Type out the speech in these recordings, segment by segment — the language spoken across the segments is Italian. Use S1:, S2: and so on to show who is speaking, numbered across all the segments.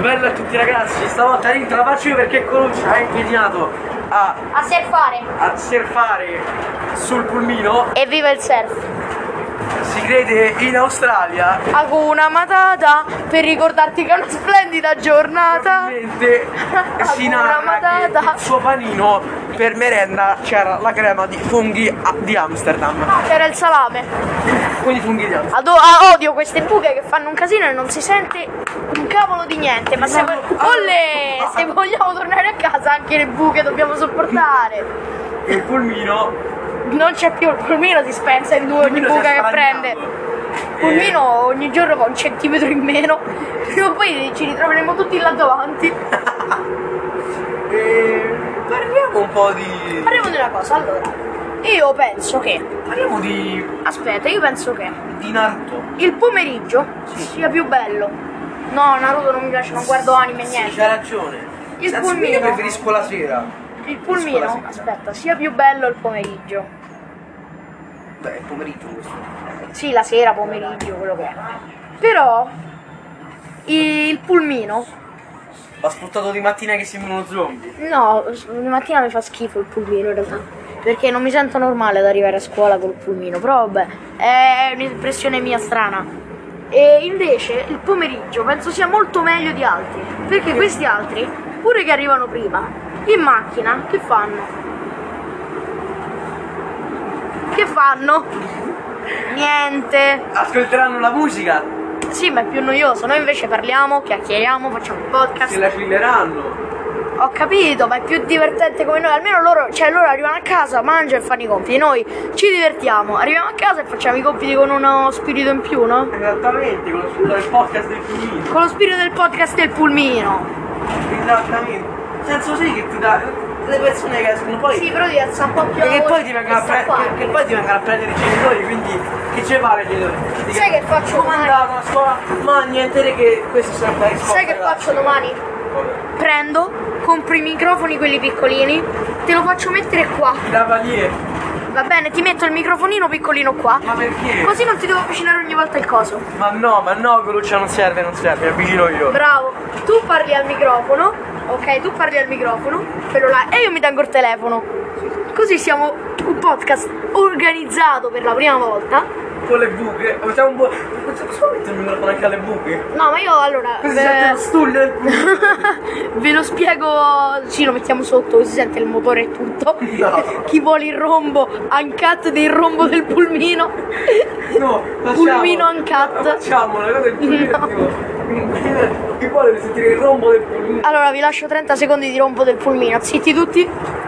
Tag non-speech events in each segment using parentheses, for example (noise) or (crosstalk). S1: Bello a tutti ragazzi, stavolta Rin te la faccio io perché Coluccio ha impegnato a,
S2: A surfare.
S1: a surfare sul pulmino,
S2: Evviva il surf.
S1: si crede in Australia,
S3: Hakuna Matata per ricordarti che è una splendida giornata.
S1: probabilmente si
S3: Hakuna
S1: narra che
S3: Matata.
S1: il suo panino per merenda c'era la crema di funghi a- di Amsterdam,
S3: C'era il salame.
S1: quindi funghi di Amsterdam.
S3: Ado- ah, odio queste buche che fanno un casino e non si sente un cavolo di niente. Ma se,
S1: No, no.
S3: Olle, se vogliamo tornare a casa anche le buche dobbiamo sopportare.
S1: E il pulmino...
S3: Non c'è più il pulmino, si spensa in due ogni
S1: il pulmino si è
S3: buca che
S1: spalancinato.
S3: prende. Pulmino ogni giorno fa un centimetro in meno. (laughs) Prima o poi ci ritroveremo tutti là davanti.
S1: E, e parliamo Eh, un po' di...
S3: Parliamo di una cosa, allora. Io penso che.
S1: Parliamo di...
S3: Aspetta, io penso che.
S1: di Naruto.
S3: il pomeriggio sia più bello. No, Naruto non mi piace, non guardo anime
S1: Sì,
S3: niente.
S1: c'ha ragione.
S3: Il
S1: Anzi,
S3: pulmino-
S1: Io preferisco la sera.
S3: Il
S1: scuola
S3: pulmino,
S1: sera.
S3: aspetta, sia più bello il pomeriggio.
S1: Beh, è pomeriggio questo.
S3: Sì, la sera, pomeriggio, quello che è. Però il pulmino,
S1: Va sfruttato di mattina che sembra uno zombie.
S3: no, di mattina mi fa schifo il pulmino in realtà. Perché non mi sento normale ad arrivare a scuola col pulmino, però vabbè, è un'impressione mia strana. E invece il pomeriggio penso sia molto meglio di altri, perché questi altri, pure che arrivano prima, in macchina, che fanno? Che fanno? Niente.
S1: Ascolteranno la musica,
S3: Sì, ma è più noioso. Noi invece parliamo, chiacchieriamo, facciamo un podcast.
S1: se la chilleranno.
S3: Ho capito, ma è più divertente come noi. Almeno loro, cioè, loro arrivano a casa, mangiano e fanno i compiti. Noi ci divertiamo, arriviamo a casa e facciamo i compiti con uno spirito in più, no?
S1: Esattamente, con lo scudo del podcast del pulmino.
S3: Con lo spirito del podcast del pulmino.
S1: Esattamente. Nel senso sì che ti dà. Le persone che escono poi.
S3: Sì, però ti alza un po' più la
S1: e che
S3: voce,
S1: poi ti vengono a
S3: questa
S1: pre-
S3: qua.
S1: che, che poi ti vengono a prendere i genitori, quindi che ci fare i genitori? Dici
S3: Sai che faccio
S1: come
S3: male?
S1: andava a scuola? Ma niente di che questo serve a
S3: Sai che faccio domani? Prendo, compro i microfoni, quelli piccolini, te lo faccio mettere qua.
S1: La panier.
S3: Va bene, ti metto il microfonino piccolino qua.
S1: Ma perché?
S3: Così non ti devo avvicinare ogni volta il coso.
S1: Ma no, ma no, Coluccia non serve, non serve, mi avvicino io.
S3: Bravo, tu parli al microfono, ok? Tu parli al microfono, quello là, e io mi tengo il telefono. Così siamo un podcast organizzato per la prima volta.
S1: Con le buche, facciamo un po'. Possiamo solo mettere il microfono anche alle buche?
S3: No, ma io
S1: (laughs)
S3: allora.
S1: Così si sente lo
S3: eh,
S1: stuglio del buco.
S3: Ve lo spiego, sì, lo mettiamo sotto così si sente il motore e tutto.
S1: No.
S3: Chi vuole il rombo, uncut del rombo del pulmino.
S1: No, facciamo.
S3: Pulmino uncut.
S1: Facciamo una cosa
S3: (laughs)
S1: del pulmino.
S3: No.
S1: tipo, Chi vuole sentire il rombo del pulmino?
S3: Allora vi lascio 30 secondi di rombo del pulmino. Zitti tutti. Oh,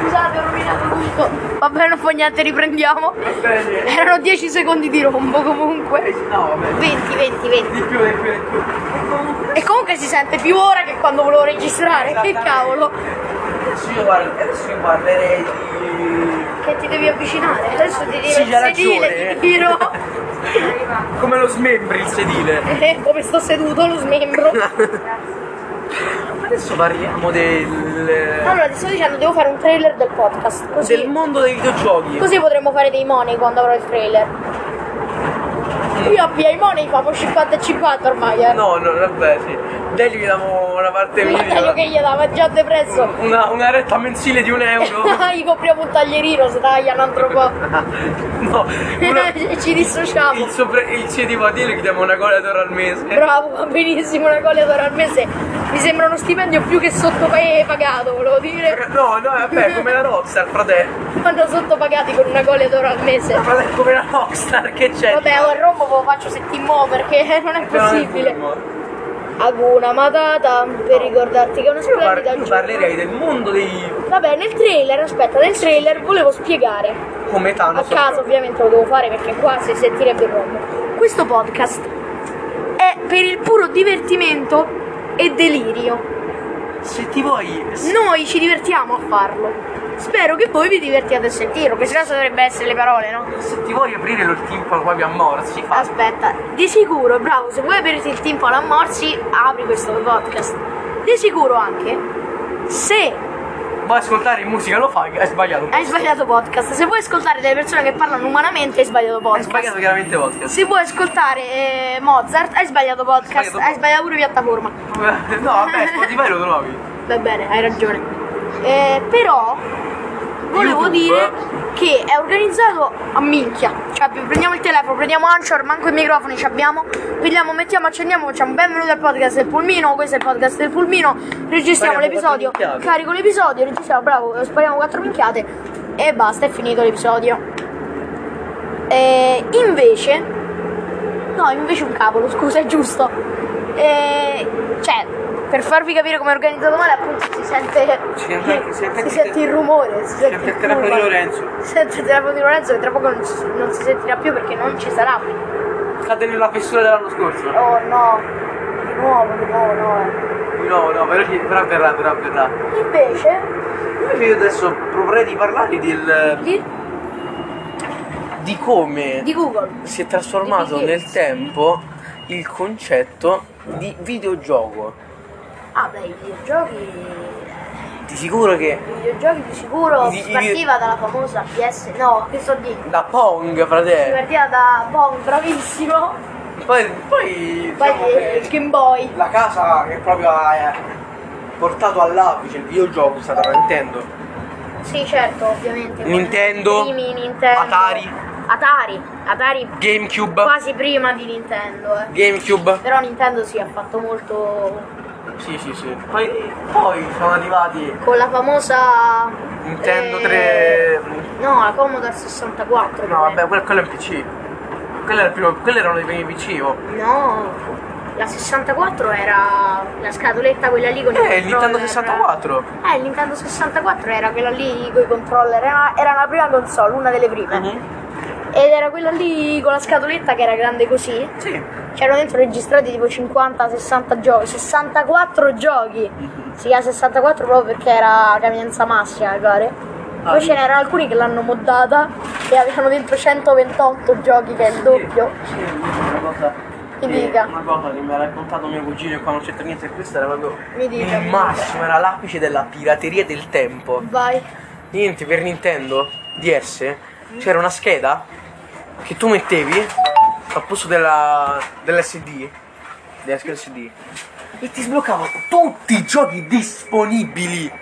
S3: Scusate, ho rovinato tutto. Va bene, non fa niente, riprendiamo.
S1: Va bene.
S3: Erano 10 secondi di rombo comunque.
S1: No, vabbè.
S3: 20, 20, 20.
S1: Di più, di più, di più. E comunque.
S3: E comunque si sente più ora che quando volevo registrare. Che
S1: Esattamente.
S3: cavolo.
S1: Adesso io, parlo, adesso io parlerei di.
S3: Che ti devi avvicinare, adesso ti tiro
S1: Sì,
S3: il
S1: c'ha
S3: sedile, (laughs)
S1: ragione.
S3: ti tiro
S1: Come lo smembri il sedile.
S3: Eh, come sto seduto,
S1: (laughs)
S3: lo smembro.
S1: Adesso parliamo del.
S3: Allora ti sto dicendo, devo fare un trailer del podcast,
S1: del
S3: così,
S1: mondo dei videogiochi.
S3: così potremo fare dei money quando avrò il trailer. Io a via i money famo 50 e 50 ormai, eh.
S1: Mm. No, no, vabbè, sì. Dai, gli diamo una parte
S3: Io
S1: video.
S3: che gli dava già depresso.
S1: Una, una retta mensile di un
S3: (laughs)
S1: euro.
S3: Gli compriamo un taglierino, si tagliano un altro po'.
S1: no, una-
S3: (laughs) E ci dissociamo.
S1: il, sopra, il sì, tipo a dire gli diamo una cola d'oro al mese.
S3: Bravo, va benissimo, una colla d'oro al mese. Mi sembra uno stipendio più che sottopagato, volevo dire.
S1: No, no, vabbè, come la Rockstar, fratello.
S3: Quando sottopagati con una colla d'oro al mese.
S1: Fratello, come la Rockstar, che c'è?
S3: Vabbè, ora il rombo ve lo faccio se ti muovo perché (laughs) non è
S1: Non è
S3: possibile.
S1: buono.
S3: Aguna matata per ricordarti che è una
S1: Io, par-
S3: splendida
S1: io
S3: giornata.
S1: parlerei del mondo dei.
S3: Vabbè, nel trailer, aspetta, nel trailer volevo spiegare.
S1: come
S3: A
S1: Thanos.
S3: caso ovviamente lo devo fare perché qua si sentirebbe il rombo. Questo podcast è per il puro divertimento e delirio.
S1: Se ti vuoi.
S3: Noi ci divertiamo a farlo. Spero che voi vi divertiate a sentirlo, che sennò dovrebbe essere le parole, no?
S1: Se ti vuoi aprire lo timpano proprio a morsi, fa.
S3: Aspetta, di sicuro, bravo, se vuoi aprirti il timpano a morsi, apri questo podcast. Di sicuro anche, se
S1: Vuoi ascoltare musica lo fai, hai sbagliato.
S3: hai sbagliato podcast, se vuoi ascoltare delle persone che parlano umanamente, hai sbagliato
S1: Hai
S3: podcast.
S1: sbagliato chiaramente podcast.
S3: Se vuoi ascoltare eh, Mozart, hai sbagliato podcast,
S1: Sbagliato
S3: hai sbagliato pure piattaforma.
S1: (laughs) No, vabbè, Spotify lo trovi.
S3: Va bene, hai ragione. Eh, però volevo
S1: YouTube.
S3: dire che è organizzato a minchia. Cioè, prendiamo il telefono, prendiamo Anchor, manco i microfoni ci abbiamo, prendiamo, mettiamo, accendiamo, facciamo benvenuto al podcast del Pulmino, questo è il podcast del Pulmino, registriamo
S1: Spariamo
S3: l'episodio,
S1: quattro minchiate.
S3: carico l'episodio, registriamo, bravo, spariamo quattro minchiate e basta, è finito l'episodio. Eh, invece No, invece un cavolo, scusa, è giusto. E, cioè, per farvi capire come è organizzato male, appunto si sente,
S1: Si sente- si sente-
S3: si sente il rumore, si sente,
S1: sente il telefono di
S3: urlo.
S1: Lorenzo.
S3: Si sente il telefono di Lorenzo che tra poco non, si- non si sentirà più perché non ci sarà.
S1: Cade nella fessura dell'anno scorso.
S3: Oh no, di nuovo, di nuovo, no. eh.
S1: No, no, però, ci- però verrà, però verrà.
S3: Invece,
S1: Invece io adesso proporrei di parlarvi del,
S3: di,
S1: di come
S3: di Google.
S1: si è trasformato
S3: Di Bill
S1: nel
S3: Gates.
S1: tempo il concetto di videogioco.
S3: Ah beh, i videogiochi, i
S1: Di sicuro che
S3: videogiochi di sicuro
S1: Di- i-
S3: partiva dalla famosa PS, no, che sto di,
S1: da Pong, fratello.
S3: partiva da Bong, bravissimo,
S1: Poi, poi,
S3: poi
S1: diciamo
S3: eh, il
S1: che
S3: Game Boy.
S1: la casa che proprio ha eh, portato all'apice il videogioco è stata la Nintendo.
S3: Sì, certo, ovviamente.
S1: Nintendo,
S3: I primi Nintendo.
S1: Atari. Boh.
S3: Atari. Atari
S1: GameCube.
S3: quasi prima di Nintendo, eh.
S1: GameCube.
S3: Però Nintendo si è fatto molto
S1: Sì, sì, sì. Poi, poi sono arrivati
S3: con la famosa
S1: Nintendo
S3: eh,
S1: 3.
S3: No, la Commodore 64.
S1: No,
S3: vabbè.
S1: vabbè, quello, quello è un PC. Quello, era il primo, quello erano i primi PC. oh.
S3: No. La 64 era la scatoletta quella lì con i
S1: Eh, il
S3: controller.
S1: Nintendo 64.
S3: Eh, il Nintendo 64 era quella lì con i controller, era, era la prima console, una delle prime.
S1: Mhm.
S3: Ed era quella lì con la scatoletta che era grande così.
S1: Sì.
S3: C'erano dentro registrati tipo 50-60 giochi, 64 giochi. Si chiama 64 proprio perché era capienza massima, mi pare.
S1: Ah,
S3: Poi
S1: sì.
S3: ce n'erano alcuni che l'hanno moddata e avevano dentro 128 giochi, che è il doppio.
S1: Sì, sì, una cosa.
S3: Mi
S1: che-
S3: dica.
S1: Una cosa che mi ha raccontato mio cugino e qua non c'entra niente, questo era proprio
S3: Mi dica,
S1: il
S3: mi
S1: massimo, era l'apice della pirateria del tempo.
S3: Vai.
S1: Niente, per Nintendo DS c'era una scheda che tu mettevi al posto della, dell'SD, della scheda SD, e ti sbloccava tutti i giochi disponibili.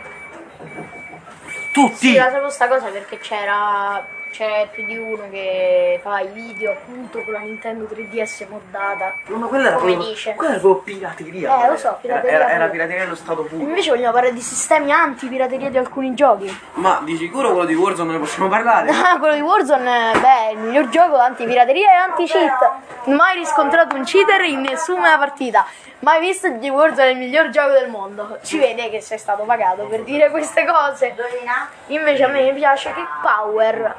S1: Tutti!
S3: Sì, la sapevo sta cosa perché c'era. C'è più di uno che fa i video appunto con la Nintendo 3DS moddata.
S1: No, ma quella era,
S3: Come
S1: proprio,
S3: dice.
S1: quella era proprio pirateria.
S3: Eh, lo so, pirateria
S1: Era, era, era
S3: pure.
S1: pirateria allo stato puro.
S3: Invece vogliamo parlare di sistemi anti-pirateria di alcuni giochi.
S1: Ma di sicuro quello di Warzone ne possiamo
S3: (laughs)
S1: parlare.
S3: Ah, quello di Warzone, eh, beh, è il miglior gioco antipirateria e anti-cheat. Mai riscontrato un cheater in nessuna partita. Mai visto di Warzone è il miglior gioco del mondo. Ci vede che sei stato pagato per dire queste cose. Invece a me piace che Power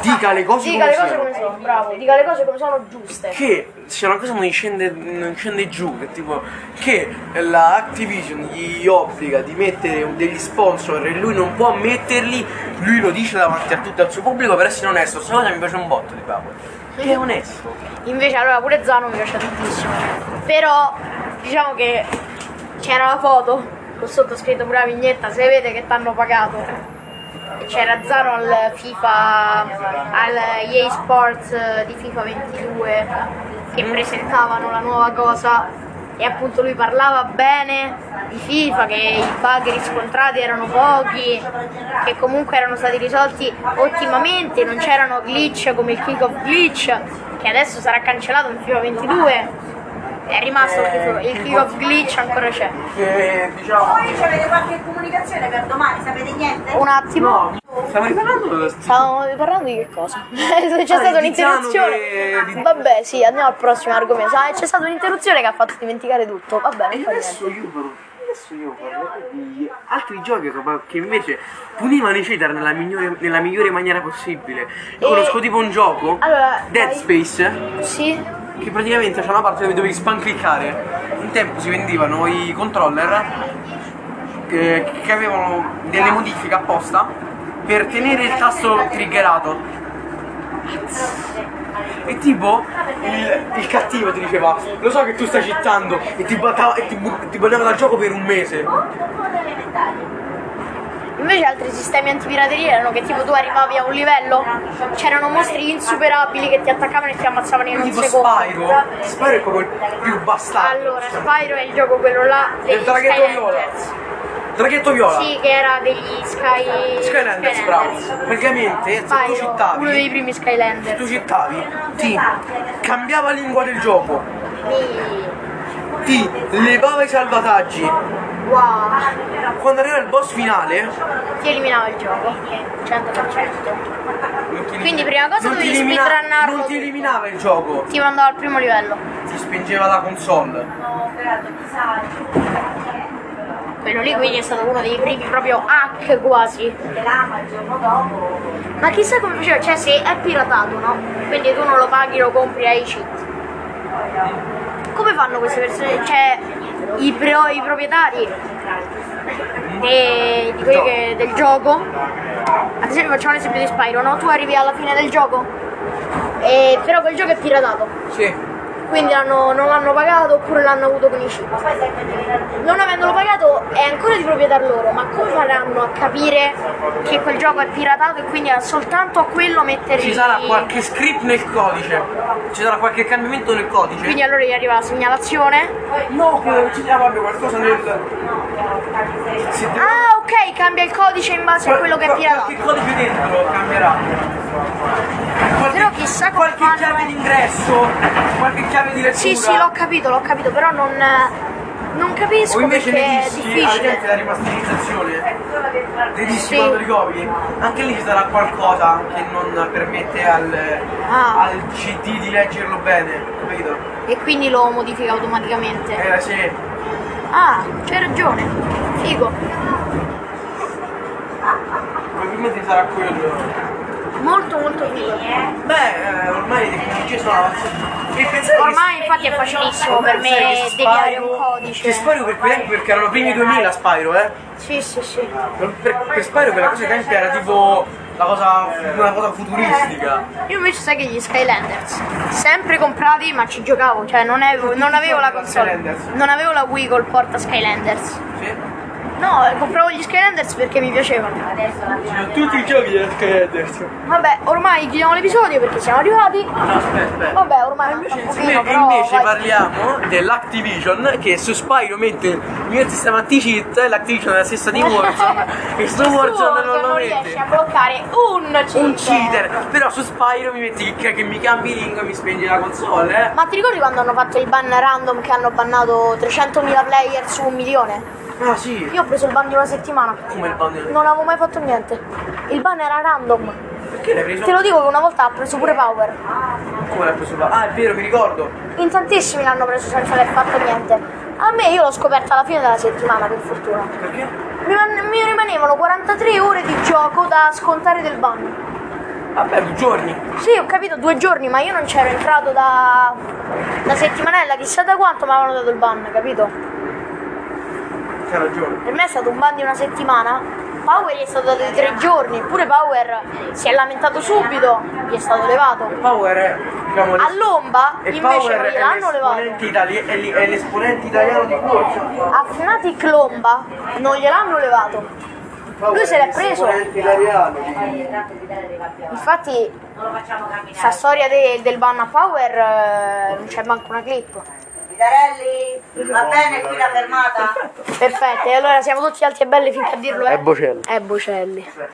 S1: Dica le cose
S3: dica le cose
S1: siano.
S3: come sono, bravo, dica le cose come sono giuste.
S1: Che se una cosa non scende, non scende giù, che tipo che la Activision gli obbliga di mettere degli sponsor e lui non può metterli, lui lo dice davanti a tutto il suo pubblico per essere onesto. Questa cosa mi piace un botto di Power. Che è onesto.
S3: Invece allora pure Zano mi piace tantissimo. Però diciamo che c'era la foto con sottoscritto pure la vignetta, se vede che t'hanno pagato. E C'era Zano al FIFA, al EA Sports eh, di FIFA 22 che presentavano la nuova cosa e appunto lui parlava bene di FIFA, che i bug riscontrati erano pochi, che comunque erano stati risolti ottimamente, non c'erano glitch come il King of Glitch, che adesso sarà cancellato in FIFA 22. È rimasto il King of- il King of Glitch, ancora c'è.
S1: Che diciamo.
S4: Poi ci avete qualche comunicazione per domani, sapete niente?
S3: Un attimo.
S1: No, stiamo riparando dello st-
S3: Stavamo parlando di che cosa? (laughs) c'è
S1: Ah,
S3: stata
S1: di
S3: un'interruzione.
S1: Zano che- di-
S3: Vabbè, sì, andiamo al prossimo argomento. Ah, c'è stata un'interruzione che ha fatto dimenticare tutto. Vabbè, non
S1: E
S3: fa niente.
S1: adesso io parlo, adesso io parlo di altri giochi che, che invece punivano i cheater nella migliore, nella migliore maniera possibile. Io
S3: E-
S1: conosco tipo un gioco,
S3: Allora,
S1: Dead
S3: vai.
S1: Space,
S3: Sì?
S1: che praticamente c'è una parte dove dovevi spancliccare. Un tempo si vendivano i controller eh, che avevano delle modifiche apposta per tenere il tasto triggerato. E tipo il, il cattivo ti diceva lo so che tu stai cittando e ti, battava- e ti, bu- ti bannava dal gioco per un mese.
S3: Invece altri sistemi antipirateria erano che tipo tu arrivavi a un livello, c'erano mostri insuperabili che ti attaccavano e ti ammazzavano in un
S1: Tipo
S3: secondo.
S1: Spyro, Spyro è proprio il più bastardo.
S3: Allora, Spyro è il gioco quello là degli
S1: Del draghetto
S3: Skylanders.
S1: Draghetto viola.
S3: Sì, che era degli Sky...
S1: Skylanders, bravo. Praticamente se tu
S3: Spyro, uno dei
S1: cittavi,
S3: primi
S1: se tu
S3: Skylanders.
S1: cittavi, ti cambiava lingua del gioco, ti levava i salvataggi.
S3: Wow.
S1: Quando arriva il boss finale,
S3: Ti eliminava il gioco. 100%.
S1: non ti-
S3: Quindi prima cosa
S1: non ti
S3: dovevi
S1: elimina-
S3: speedrunnarlo
S1: Non ti
S3: tutto.
S1: eliminava il gioco,
S3: Ti mandava al primo livello.
S1: ti spingeva la console.
S3: Quello lì quindi è stato uno dei primi proprio hack quasi. Ma chissà come faceva, cioè se è piratato, no? Quindi tu non lo paghi, lo compri ai cheat. Come fanno queste persone? Cioè, i, pro- i proprietari de- di quelli che- del gioco. Ad esempio facciamo l'esempio di Spyro, no? Tu arrivi alla fine del gioco. E, però quel gioco è piratato.
S1: Sì.
S3: Quindi l'hanno- non l'hanno pagato oppure l'hanno avuto con i cheat. Non avendolo pagato è ancora di proprietà loro, ma come faranno a capire che quel gioco è piratato e quindi soltanto a quello mettere
S1: Ci
S3: i-
S1: sarà qualche script nel codice, ci sarà qualche cambiamento nel codice.
S3: Quindi allora gli arriva la segnalazione.
S1: No, che ci sarà qualcosa nel. Si deve-
S3: Ah ok, cambia il codice in base a quello che è
S1: Qual-
S3: piratato.
S1: Qualche codice dentro cambierà. Qualche,
S3: Però chissà come
S1: qualche
S3: fanno.
S1: chiave d'ingresso, qualche chiave di lettura.
S3: Sì, sì, l'ho capito, l'ho capito, però non, non
S1: O
S3: capisco
S1: invece
S3: perché
S1: ne
S3: è
S1: dissi, ah, ad esempio
S3: difficile.
S1: la rimasterizzazione, ne dissi
S3: Sì.
S1: quando ricopi, anche lì ci sarà qualcosa che non permette al,
S3: Ah.
S1: al CD di leggerlo bene, capito?
S3: E quindi lo modifica automaticamente.
S1: Eh sì,
S3: Ah, c'hai ragione. Figo.
S1: probabilmente sarà quello.
S3: Molto molto figo.
S1: Beh, eh, ormai le tecnologie sono avanzate. E pensate che-
S3: Ormai infatti è facilissimo per
S1: Sai
S3: me
S1: che
S3: deviare
S1: Spyro-
S3: un codice.
S1: Che Spyro per quei tempi, perché erano i primi 2000 Spyro, eh?
S3: Sì, sì, sì.
S1: Per, per Spyro quella cosa ai tempi era tipo la cosa, una cosa futuristica.
S3: Io invece sai che gli Skylanders, sempre comprati ma ci giocavo, cioè non avevo, non avevo la console,
S1: Skylanders?
S3: non avevo la Wii col porta Skylanders.
S1: Sì?
S3: No, eh, compravo gli Skylanders perché mi piacevano.
S1: Tutti i giochi della Skylanders.
S3: Vabbè, ormai chiudiamo l'episodio perché siamo arrivati.
S1: No, aspetta, aspetta.
S3: Vabbè, ormai manca un
S1: Invece,
S3: pochino,
S1: e
S3: però
S1: invece
S3: vai.
S1: parliamo dell'Activision che su Spyro mette mette sistema anti-cheat e l'Activision è la stessa di
S3: (laughs)
S1: Warzone e su
S3: Su
S1: Warzone non
S3: Warzone
S1: lo
S3: riesci
S1: mette
S3: a bloccare un cheater.
S1: un cheater però su Spyro mi metti che, che mi cambi lingua e mi spegni la console eh.
S3: Ma ti ricordi quando hanno fatto il ban random che hanno bannato 300.000 player su un milione?
S1: ah sì
S3: Io ho preso il ban di una settimana.
S1: come il bando
S3: Non avevo mai fatto niente. Il ban era random.
S1: perché l'hai preso
S3: Te lo dico che una volta ha preso pure Power.
S1: come l'hai preso ah è vero mi ricordo
S3: In tantissimi l'hanno preso senza aver fatto niente. A me io l'ho scoperta alla fine della settimana, per fortuna.
S1: perché
S3: Mi, man- mi rimanevano 43 ore di gioco da scontare del ban.
S1: vabbè due giorni
S3: Sì, ho capito, due giorni, ma io non c'ero entrato da. da settimanella, chissà da quanto mi avevano dato il ban, capito?
S1: C'ha ragione.
S3: Per me è stato un ban di una settimana. Power gli è stato dato di tre giorni, eppure Power si è lamentato subito, gli è stato levato.
S1: E Power è, diciamo, l'es-
S3: All'omba
S1: e
S3: invece
S1: Power
S3: non
S1: è
S3: gliel'hanno
S1: l'esponente,
S3: levato.
S1: itali- è li- è l'esponente italiano di corso.
S3: A Fnatic l'omba non gliel'hanno levato. Lui se l'è preso.
S1: L'esponente italiano.
S3: Infatti,
S4: Non lo facciamo camminare.
S3: sta storia de- del ban a Power eh, non c'è manco una clip.
S4: Vidarelli, va bene qui la fermata?
S3: Perfetto, e allora siamo tutti alti e belli finché a dirlo eh. è.
S1: È Bocelli.
S3: È Bocelli.